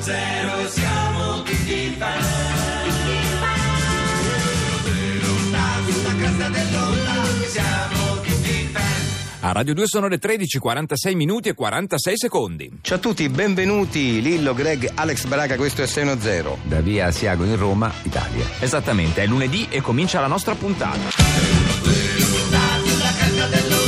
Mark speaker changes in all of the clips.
Speaker 1: zero siamo tutti fan. Zero la casa dell'onda, siamo tutti fan.
Speaker 2: A Radio 2 sono le 13, 46 minuti e 46 secondi.
Speaker 3: Ciao a tutti, benvenuti Lillo, Greg, Alex Braga, questo è 610.
Speaker 4: Da via Asiago in Roma, Italia.
Speaker 5: Esattamente, è lunedì e comincia la nostra puntata.
Speaker 1: La casa dell'onda,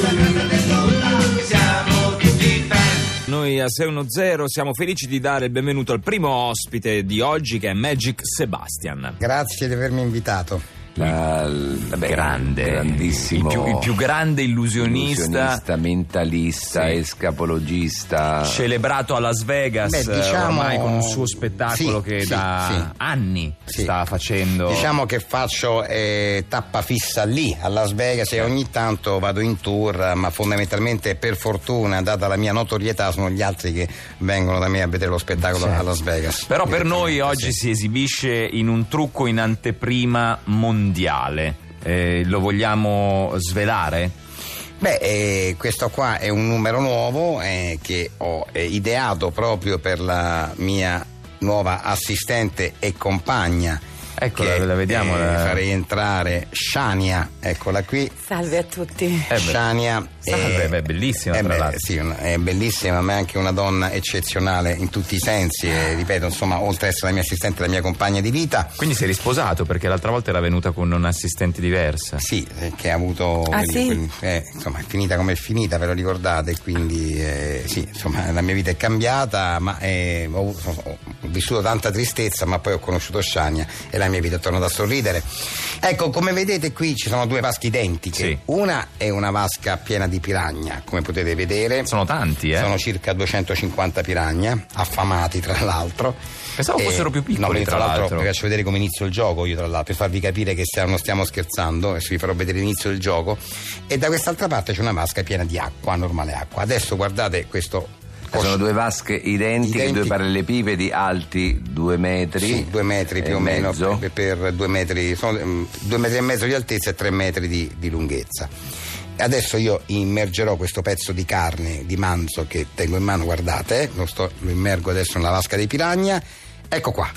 Speaker 1: la casa dell'onda, siamo tutti fan.
Speaker 2: Noi a 610 siamo felici di dare il benvenuto al primo ospite di oggi che è Magic Sebastian.
Speaker 3: Grazie di avermi invitato.
Speaker 4: La- l- vabbè,
Speaker 5: Grande,
Speaker 4: grandissimo
Speaker 5: il più, il più grande illusionista,
Speaker 4: illusionista, mentalista,
Speaker 5: Sì.
Speaker 4: escapologista.
Speaker 5: Ah. celebrato a Las Vegas eh,
Speaker 3: Beh, diciamo-
Speaker 5: ormai con un suo spettacolo
Speaker 3: Sì,
Speaker 5: che
Speaker 3: sì,
Speaker 5: da
Speaker 3: sì.
Speaker 5: anni
Speaker 3: Sì.
Speaker 5: sta facendo.
Speaker 3: Diciamo che faccio eh, tappa fissa lì a Las Vegas e ogni tanto vado in tour, ma fondamentalmente per fortuna, data la mia notorietà, sono gli altri che vengono da me a vedere lo spettacolo a Las Vegas.
Speaker 5: Però per noi
Speaker 3: Direttamente,
Speaker 5: oggi
Speaker 3: sì.
Speaker 5: si esibisce in un trucco in anteprima mondiale. Eh, lo vogliamo svelare?
Speaker 3: Beh, eh, questo qua è un numero nuovo eh, che ho eh, ideato proprio per la mia nuova assistente e compagna.
Speaker 5: Eccola,
Speaker 3: che, eh,
Speaker 5: la vediamo, la-
Speaker 3: Farei entrare Shania, eccola qui.
Speaker 6: Salve a tutti.
Speaker 5: Eh beh,
Speaker 3: Diciamo Shania
Speaker 5: salve, beh, bellissima,
Speaker 3: eh
Speaker 5: tra
Speaker 3: beh,
Speaker 5: l'altro.
Speaker 3: sì, un- è bellissima, ma è anche una donna eccezionale in tutti i sensi. e, ripeto, insomma, oltre ad essere la mia assistente, la mia compagna di vita.
Speaker 5: Quindi sei risposato perché l'altra volta era venuta con un'assistente diversa.
Speaker 3: Sì, eh, che ha avuto.
Speaker 6: Ah,
Speaker 3: quelli-
Speaker 6: sì?
Speaker 3: quelli- eh, insomma, è finita come è finita, ve lo ricordate? Quindi, eh, sì, insomma, la mia vita è cambiata, ma eh, ho, avuto- ho vissuto tanta tristezza, ma poi ho conosciuto Shania e la mia vita è tornata a sorridere. Ecco, come vedete, qui ci sono due vasche identiche.
Speaker 5: Sì.
Speaker 3: Una è una vasca piena di piragna, come potete vedere.
Speaker 5: Sono tanti, eh?
Speaker 3: Sono circa 250 piragna, affamati tra l'altro.
Speaker 5: Pensavo fossero più piccoli,
Speaker 3: no, perché
Speaker 5: tra l'altro.
Speaker 3: Vi faccio vedere come inizio il gioco io, tra l'altro, per farvi capire che stiamo- non stiamo scherzando, adesso vi farò vedere l'inizio del gioco. E da quest'altra parte c'è una vasca piena di acqua, normale acqua. Adesso guardate questo.
Speaker 4: Sono due vasche identiche,
Speaker 3: Identiche.
Speaker 4: due parallelepipedi alti due metri.
Speaker 3: Sì, due metri più
Speaker 4: e
Speaker 3: o meno
Speaker 4: mezzo.
Speaker 3: per, per due metri, sono mm, due metri e mezzo di altezza e tre metri di, di lunghezza. Adesso io immergerò questo pezzo di carne di manzo che tengo in mano, guardate, eh, lo, sto- lo immergo adesso nella vasca di piragna. Ecco qua,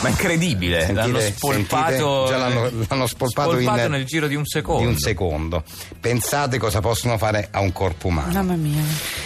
Speaker 5: Ma incredibile,
Speaker 3: Sentite-
Speaker 5: l'hanno
Speaker 3: sentite?
Speaker 5: spolpato. eh,
Speaker 3: già l'hanno, l'hanno spolpato, in-
Speaker 5: nel giro di un secondo.
Speaker 3: di un secondo. Pensate cosa possono fare a un corpo umano.
Speaker 6: Mamma mia.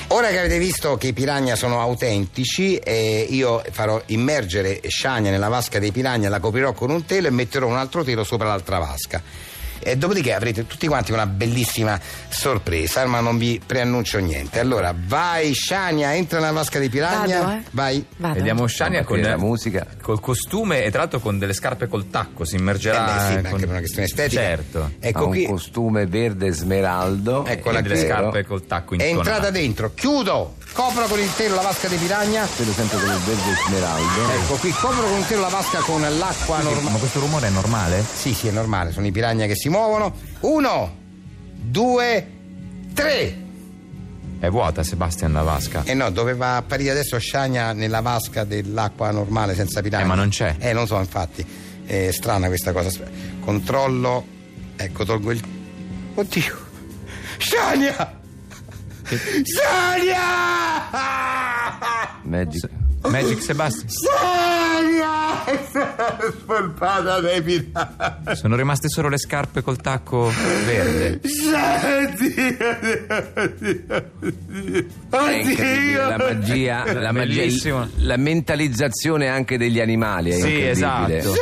Speaker 3: Ora che avete visto che i piragna sono autentici, eh, io farò immergere Shania nella vasca dei piragna, la coprirò con un telo e metterò un altro telo sopra l'altra vasca. E dopodiché avrete tutti quanti una bellissima sorpresa, ma non vi preannuncio niente. Allora, vai Shania, entra nella vasca dei piragna.
Speaker 6: Vado, eh.
Speaker 3: Vai.
Speaker 6: Vado.
Speaker 5: Vediamo Shania
Speaker 4: Insomma,
Speaker 5: con
Speaker 4: la musica.
Speaker 5: Col costume e tra l'altro con delle scarpe col tacco, si
Speaker 3: Eh beh,
Speaker 5: immergerà.
Speaker 3: sì, ma anche
Speaker 5: con-
Speaker 3: per una questione estetica.
Speaker 5: Certo.
Speaker 4: ha
Speaker 3: Ecco
Speaker 4: un
Speaker 3: qui. Ecco
Speaker 4: costume verde smeraldo.
Speaker 3: Eccola
Speaker 5: e
Speaker 4: e
Speaker 5: delle
Speaker 3: qui.
Speaker 4: nero.
Speaker 5: scarpe col tacco
Speaker 3: È
Speaker 5: intonato.
Speaker 3: entrata dentro, chiudo, copro con il telo la vasca dei piragna.
Speaker 4: Quello sempre con il verde smeraldo.
Speaker 3: Ecco qui, copro con un telo la vasca con l'acqua normale.
Speaker 5: Ma questo rumore è normale?
Speaker 3: Sì, sì, è normale, sono i piragna che si muovono. Uno, due, tre.
Speaker 5: È vuota Sebastian la vasca.
Speaker 3: E no, doveva apparire adesso Shania nella vasca dell'acqua normale senza piragna.
Speaker 5: Eh, ma non c'è.
Speaker 3: Eh, non so, infatti. È strana questa cosa. Aspetta, Controllo. Ecco, tolgo il. Oddio! Shania! Shania!
Speaker 4: Magic.
Speaker 5: Magic Sebastian.
Speaker 3: Shania! È stata spolpata dai piragna!
Speaker 5: Sono rimaste solo le scarpe col tacco verde.
Speaker 4: È incredibile, la magia, la, magia
Speaker 5: Bellissimo.
Speaker 4: il- la mentalizzazione anche degli animali. È
Speaker 5: Sì,
Speaker 4: incredibile.
Speaker 5: esatto.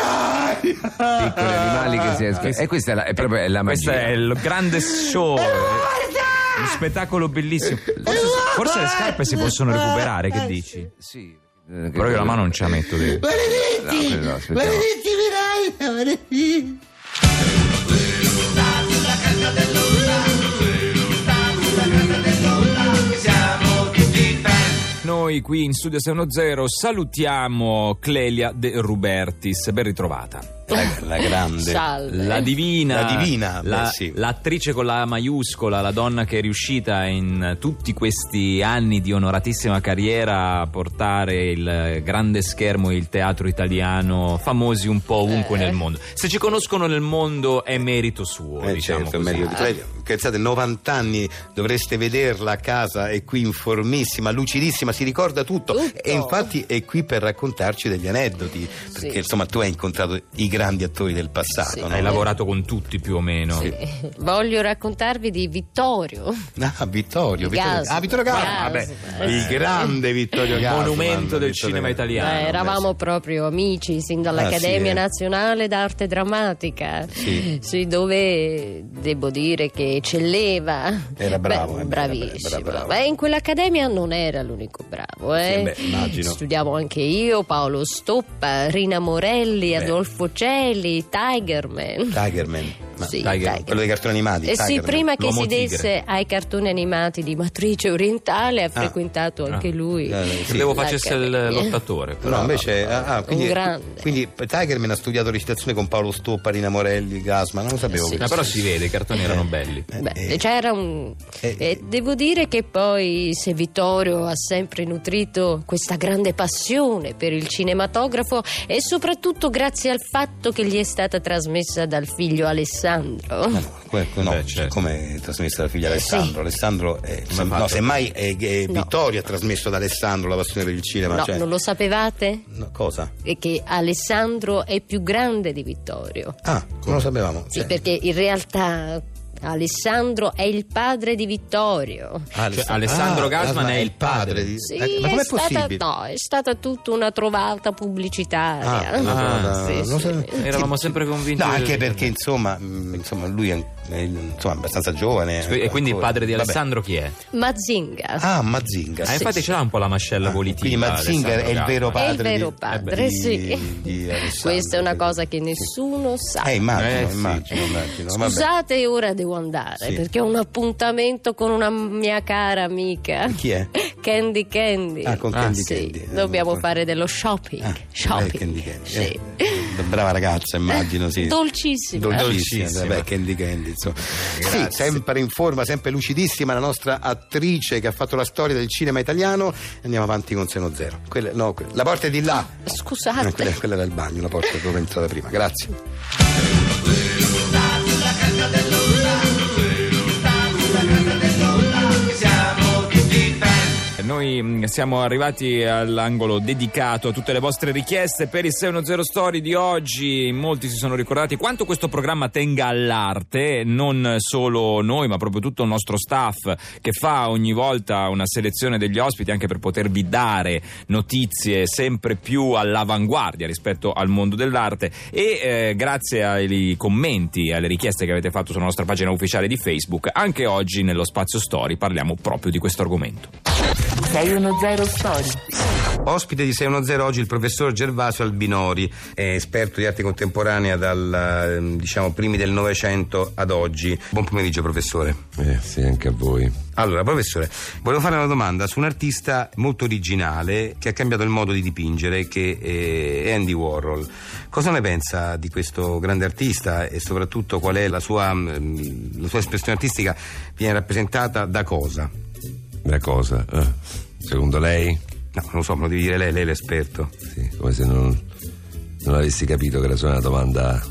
Speaker 4: Piccoli animali che
Speaker 3: Ah.
Speaker 4: si escono. E questa è, la- è proprio è la magia.
Speaker 5: Questo è il grande show. Uno spettacolo bellissimo. Forse, forse le scarpe si possono recuperare, che dici?
Speaker 4: Sì.
Speaker 5: Però io la mano non ce la metto dentro.
Speaker 4: No, no, aspettiamo.
Speaker 2: Noi qui in Studio 610 salutiamo Clelia De Rubertis, ben ritrovata.
Speaker 7: La, la grande.
Speaker 8: Salve.
Speaker 5: La divina,
Speaker 7: La divina,
Speaker 5: la-
Speaker 7: beh, sì.
Speaker 5: l'attrice con la maiuscola, la donna che è riuscita in tutti questi anni di onoratissima carriera a portare il grande schermo e il teatro italiano famosi un po' ovunque
Speaker 8: Eh.
Speaker 5: nel mondo. Se ci conoscono nel mondo è merito suo,
Speaker 7: Eh,
Speaker 5: diciamo
Speaker 7: certo,
Speaker 5: così.
Speaker 7: meglio di- lei, Scherzate, 90 anni dovreste vederla a casa, è qui in formissima, lucidissima, si ricorda tutto.
Speaker 8: Tutto.
Speaker 7: E infatti è qui per raccontarci degli aneddoti. Perché
Speaker 8: Sì.
Speaker 7: insomma tu hai incontrato i grandi attori del passato,
Speaker 8: Sì.
Speaker 7: no?
Speaker 5: Hai lavorato con tutti più o meno.
Speaker 8: Sì. Voglio raccontarvi di Vittorio.
Speaker 7: Ah, Vittorio,
Speaker 8: Di
Speaker 7: Vittorio,
Speaker 8: Gassman.
Speaker 7: ah, Vittorio Gassman,
Speaker 8: Gassman,
Speaker 7: vabbè,
Speaker 8: eh,
Speaker 7: il
Speaker 8: sì.
Speaker 7: grande Vittorio
Speaker 5: Il
Speaker 7: Gassman.
Speaker 5: monumento del
Speaker 7: Vittorio
Speaker 5: cinema
Speaker 7: Gassman.
Speaker 5: italiano.
Speaker 8: Eh, eravamo proprio amici sin dall'Accademia
Speaker 7: Ah, sì, eh.
Speaker 8: Nazionale d'Arte Drammatica,
Speaker 7: Sì.
Speaker 8: Sì, dove devo dire che eccelleva.
Speaker 7: Era bravo,
Speaker 8: Beh,
Speaker 7: eh, era
Speaker 8: bravissimo.
Speaker 7: bravo.
Speaker 8: Beh, in quell'Accademia non era l'unico bravo. Eh.
Speaker 7: beh, immagino.
Speaker 8: Studiavo anche io, Paolo Stoppa, Rina Morelli, Adolfo Celli, Tigerman.
Speaker 7: Tigerman. Ma-
Speaker 8: Sì,
Speaker 7: Tiger-
Speaker 8: Tiger.
Speaker 7: quello dei cartoni animati.
Speaker 8: Eh sì,
Speaker 7: Tigerman.
Speaker 8: prima che
Speaker 7: L'uomo
Speaker 8: si
Speaker 7: tigre.
Speaker 8: desse ai cartoni animati di matrice orientale ha frequentato anche lui.
Speaker 7: Ah. Eh, sì.
Speaker 5: Credevo facesse il
Speaker 8: L'Accademia.
Speaker 5: lottatore.
Speaker 7: No, invece, ah, ah, quindi,
Speaker 8: Un grande.
Speaker 7: quindi Tigerman ha studiato recitazione con Paolo Stoppa, Rina Morelli, Gasman, non lo sapevo.
Speaker 8: Eh, sì.
Speaker 5: Ma però si vede, i cartoni erano belli.
Speaker 7: Eh,
Speaker 8: Beh,
Speaker 7: eh,
Speaker 8: c'era un.
Speaker 7: eh,
Speaker 8: eh, devo dire che poi, se Vittorio ha sempre nutrito questa grande passione per il cinematografo, è soprattutto grazie al fatto che gli è stata trasmessa dal figlio
Speaker 7: No,
Speaker 8: Alessandro.
Speaker 7: no, que- que- no,
Speaker 5: Beh, certo.
Speaker 7: come è trasmessa la figlia Alessandro? Alessandro, è, sem-
Speaker 5: fatto?
Speaker 7: no, semmai è, è
Speaker 8: Eh, No.
Speaker 7: Vittorio ha trasmesso ad Alessandro la passione per il cinema.
Speaker 8: no,
Speaker 7: cioè-
Speaker 8: non lo sapevate?
Speaker 7: no, cosa?
Speaker 8: E Che Alessandro è più grande di Vittorio.
Speaker 7: Ah, non lo sapevamo.
Speaker 8: Sì,
Speaker 7: cioè-
Speaker 8: perché in realtà Alessandro è il padre di Vittorio.
Speaker 7: Ah, Aless-
Speaker 5: Cioè, Alessandro
Speaker 7: ah,
Speaker 5: Gassman è il padre.
Speaker 7: di-
Speaker 8: Sì,
Speaker 7: eh, ma
Speaker 8: è
Speaker 7: com'è
Speaker 8: stata,
Speaker 7: possibile?
Speaker 8: no, è stata tutta una trovata pubblicitaria.
Speaker 7: Ah, una trovata-
Speaker 8: sì,
Speaker 7: non
Speaker 8: sì.
Speaker 7: so-
Speaker 5: Eravamo sempre convinti.
Speaker 7: No,
Speaker 5: del-
Speaker 7: anche perché insomma, mh, insomma, lui è, è insomma, abbastanza giovane.
Speaker 5: E quindi il
Speaker 7: ancora.
Speaker 5: padre di
Speaker 7: Vabbè.
Speaker 5: Alessandro chi è?
Speaker 8: Mazinga.
Speaker 7: Ah, Mazinga.
Speaker 5: Ah,
Speaker 7: sì.
Speaker 5: infatti ce l'ha un po' la mascella
Speaker 7: Ah,
Speaker 5: volitiva.
Speaker 7: Quindi Mazinga è
Speaker 5: Alessandro
Speaker 7: il vero
Speaker 5: Gassman.
Speaker 7: padre.
Speaker 8: è il vero
Speaker 7: di-
Speaker 8: padre,
Speaker 7: eh,
Speaker 8: sì.
Speaker 7: di- di Alessandro.
Speaker 8: Questa è una cosa che nessuno sa.
Speaker 7: Eh, immagino,
Speaker 5: Eh, sì.
Speaker 7: immagino, immagino. vabbè.
Speaker 8: Scusate, ora devo andare
Speaker 7: Sì.
Speaker 8: perché ho un appuntamento con una mia cara amica.
Speaker 7: Chi è?
Speaker 8: Candy Candy.
Speaker 7: Ah, con Candy
Speaker 8: sì.
Speaker 7: Candy.
Speaker 8: Dobbiamo
Speaker 7: Eh,
Speaker 8: fare dello shopping.
Speaker 7: Ah,
Speaker 8: shopping.
Speaker 7: beh, Candy Candy.
Speaker 8: Sì.
Speaker 7: Eh, brava ragazza, immagino, sì.
Speaker 8: Dolcissima.
Speaker 7: Dolcissima,
Speaker 5: Dolcissima.
Speaker 7: vabbè, Candy Candy, insomma. Sì, sempre in forma, sempre lucidissima la nostra attrice Cioè, che ha fatto la storia del cinema italiano. Andiamo avanti con Seno Zero. Quella- no, que- la porta è di là.
Speaker 8: Scusate.
Speaker 7: No, quella, quella era il bagno, la porta dove è entrata prima. Grazie.
Speaker 1: siamo tutti fan.
Speaker 5: Noi mh, siamo arrivati all'angolo dedicato a tutte le vostre richieste per il 610 Story di oggi. In Molti si sono ricordati quanto questo programma tenga all'arte, non solo noi, ma proprio tutto il nostro staff che fa ogni volta una selezione degli ospiti anche per potervi dare notizie sempre più all'avanguardia rispetto al mondo dell'arte e eh, grazie ai commenti e alle richieste che avete fatto sulla nostra pagina ufficiale di Facebook, anche oggi nello spazio Story parliamo proprio di questo argomento.
Speaker 6: 610 Story.
Speaker 7: Ospite di 610 oggi il professor Gervasio Albinori, è esperto di arte contemporanea dal ehm, diciamo primi del Novecento ad oggi. Buon pomeriggio professore.
Speaker 4: Eh, sì, anche a voi.
Speaker 7: Allora, professore, volevo fare una domanda su un artista molto originale che ha cambiato il modo di dipingere, che è Andy Warhol. Cosa ne pensa di questo grande artista e soprattutto qual è la sua, mm, la sua espressione artistica? Viene rappresentata da cosa?
Speaker 4: La cosa, eh, secondo lei?
Speaker 7: No, non lo so, me lo devi dire lei, lei è l'esperto.
Speaker 4: Sì, come se non, non avessi capito che era solo una domanda.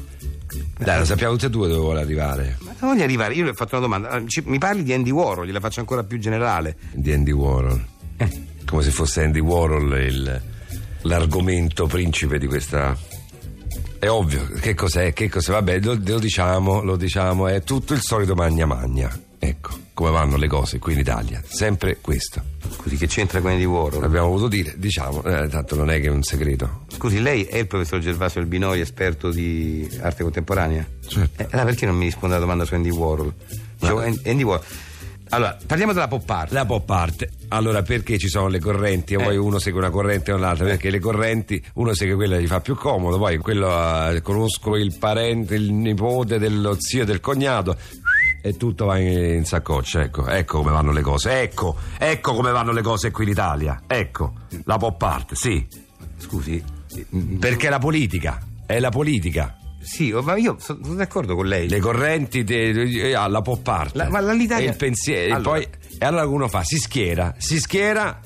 Speaker 4: Dai, lo sappiamo tutti e due dove vuole arrivare.
Speaker 7: Ma non voglio arrivare, io le ho fatto una domanda. Ah, ci- mi parli di Andy Warhol, gliela faccio ancora più generale.
Speaker 4: Di Andy Warhol. Come se fosse Andy Warhol il- l'argomento principe di questa. È ovvio, che cos'è? Che cos'è? Vabbè, lo, lo diciamo, lo diciamo, è tutto il solito magna magna. Ecco, come vanno le cose qui in Italia. Sempre questo.
Speaker 7: Scusi, che c'entra con Andy Warhol?
Speaker 4: L'abbiamo voluto dire, diciamo, eh, tanto non è che è un segreto.
Speaker 7: Scusi, lei è il professor Gervasio Albinoi, esperto di arte contemporanea?
Speaker 4: Certo.
Speaker 7: Eh, allora perché non mi risponde alla domanda su Andy Warhol? Dicevo, An- Andy Warhol. Allora, parliamo della pop art.
Speaker 4: La pop art. Allora, perché ci sono le correnti? E Poi uno segue una corrente o un'altra, perché le correnti, uno segue quella che gli fa più comodo, poi quello eh, conosco il parente, il nipote dello zio, del cognato. E tutto va in, in saccoccia, ecco, ecco come vanno le cose, ecco, ecco come vanno le cose qui in Italia, ecco, la pop art, sì,
Speaker 7: Scusi, eh,
Speaker 4: perché la politica, è la politica,
Speaker 3: Sì, oh, ma io sono sono d'accordo con lei.
Speaker 4: Le correnti de- eh, alla pop art.
Speaker 3: La- ma la- l'Italia-
Speaker 4: E il pensiero.
Speaker 3: Allora.
Speaker 4: E, poi, e allora uno fa, si schiera, si schiera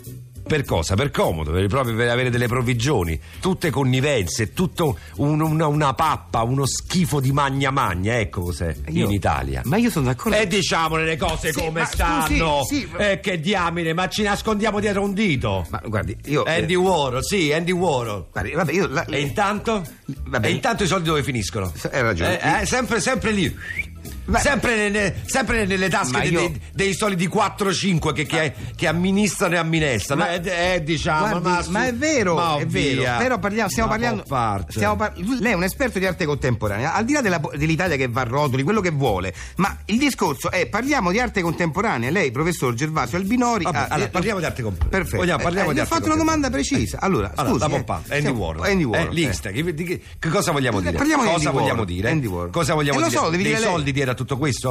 Speaker 4: per cosa? Per comodo, per, proprio per avere delle provvigioni, tutte connivenze, tutto un- una, una pappa, uno schifo di magna magna, ecco cos'è
Speaker 3: Eh, Io-
Speaker 4: in Italia.
Speaker 3: Ma io sono d'accordo.
Speaker 4: E diciamole le cose
Speaker 3: Sì,
Speaker 4: come
Speaker 3: ma
Speaker 4: stanno.
Speaker 3: scusi, sì, ma-
Speaker 4: Eh, che diamine, ma ci nascondiamo dietro un dito.
Speaker 3: Ma guardi, io. eh,
Speaker 4: Andy Warhol, sì, Andy Warhol.
Speaker 3: guardi, vabbè, io. la-
Speaker 4: E intanto?
Speaker 3: Vabbè.
Speaker 4: E intanto i soldi dove finiscono?
Speaker 3: Eh. S- hai ragione.
Speaker 4: Eh, eh, sempre, sempre lì.
Speaker 3: Ma-
Speaker 4: Sempre, nelle, sempre nelle tasche
Speaker 3: Ma
Speaker 4: dei-
Speaker 3: io-
Speaker 4: dei, dei soliti 4-5 che, che- che amministrano e amministrano.
Speaker 3: Ma-
Speaker 4: eh, eh, diciamo,
Speaker 3: Guardi,
Speaker 4: su-
Speaker 3: ma è vero,
Speaker 4: ma
Speaker 3: è
Speaker 4: via.
Speaker 3: vero, però parliamo, stiamo
Speaker 4: Ma
Speaker 3: parlando,
Speaker 4: pop art.
Speaker 3: stiamo par- lei è un esperto di arte contemporanea, al di là della po- dell'Italia che va a rotoli, quello che vuole, ma il discorso è parliamo di arte contemporanea, lei professor Gervasio Albinori,
Speaker 4: Vabbè,
Speaker 3: ha-
Speaker 4: allora,
Speaker 3: eh,
Speaker 4: parliamo di arte contemporanea.
Speaker 3: perfetto,
Speaker 4: Vogliamo- parliamo
Speaker 3: Eh,
Speaker 4: di
Speaker 3: mi ha
Speaker 4: arte
Speaker 3: fatto una domanda precisa, allora,
Speaker 4: Allora,
Speaker 3: scusi,
Speaker 4: la
Speaker 3: eh,
Speaker 4: pop art, Andy
Speaker 3: stiamo-
Speaker 4: Warhol.
Speaker 3: Andy Warhol,
Speaker 4: Eh,
Speaker 3: eh.
Speaker 4: l'Insta, che, di che- che cosa vogliamo
Speaker 3: Eh,
Speaker 4: dire?
Speaker 3: parliamo di
Speaker 4: cosa
Speaker 3: Andy
Speaker 4: vogliamo
Speaker 3: Warhol,
Speaker 4: dire?
Speaker 3: Andy Warhol.
Speaker 4: Cosa vogliamo
Speaker 3: Eh, lo
Speaker 4: dire?
Speaker 3: so, lo devi
Speaker 4: dei
Speaker 3: dire lei.
Speaker 4: soldi dietro a tutto questo?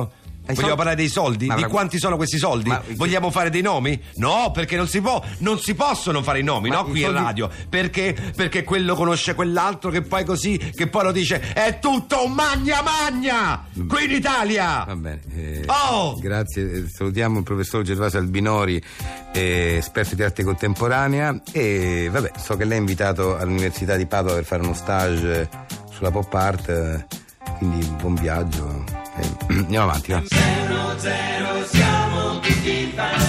Speaker 3: Ai
Speaker 4: Vogliamo
Speaker 3: soldi-
Speaker 4: parlare dei soldi?
Speaker 3: Ma
Speaker 4: di
Speaker 3: la-
Speaker 4: quanti sono questi soldi?
Speaker 3: Ma-
Speaker 4: Vogliamo fare dei nomi? No, perché non si può, non si possono fare i nomi,
Speaker 3: Ma
Speaker 4: no?
Speaker 3: i
Speaker 4: Qui
Speaker 3: soldi-
Speaker 4: in radio. Perché? Perché quello conosce quell'altro che poi così, che poi lo dice, è tutto un magna magna! Qui in Italia!
Speaker 3: Mm. Va bene. eh,
Speaker 4: Oh!
Speaker 3: Grazie, eh, salutiamo il professor Gervasio Albinori, eh, esperto di arte contemporanea. E vabbè, so che lei è invitato all'Università di Padova per fare uno stage eh, sulla pop art, eh, quindi buon viaggio. eh, andiamo avanti, va.
Speaker 9: siamo tutti fan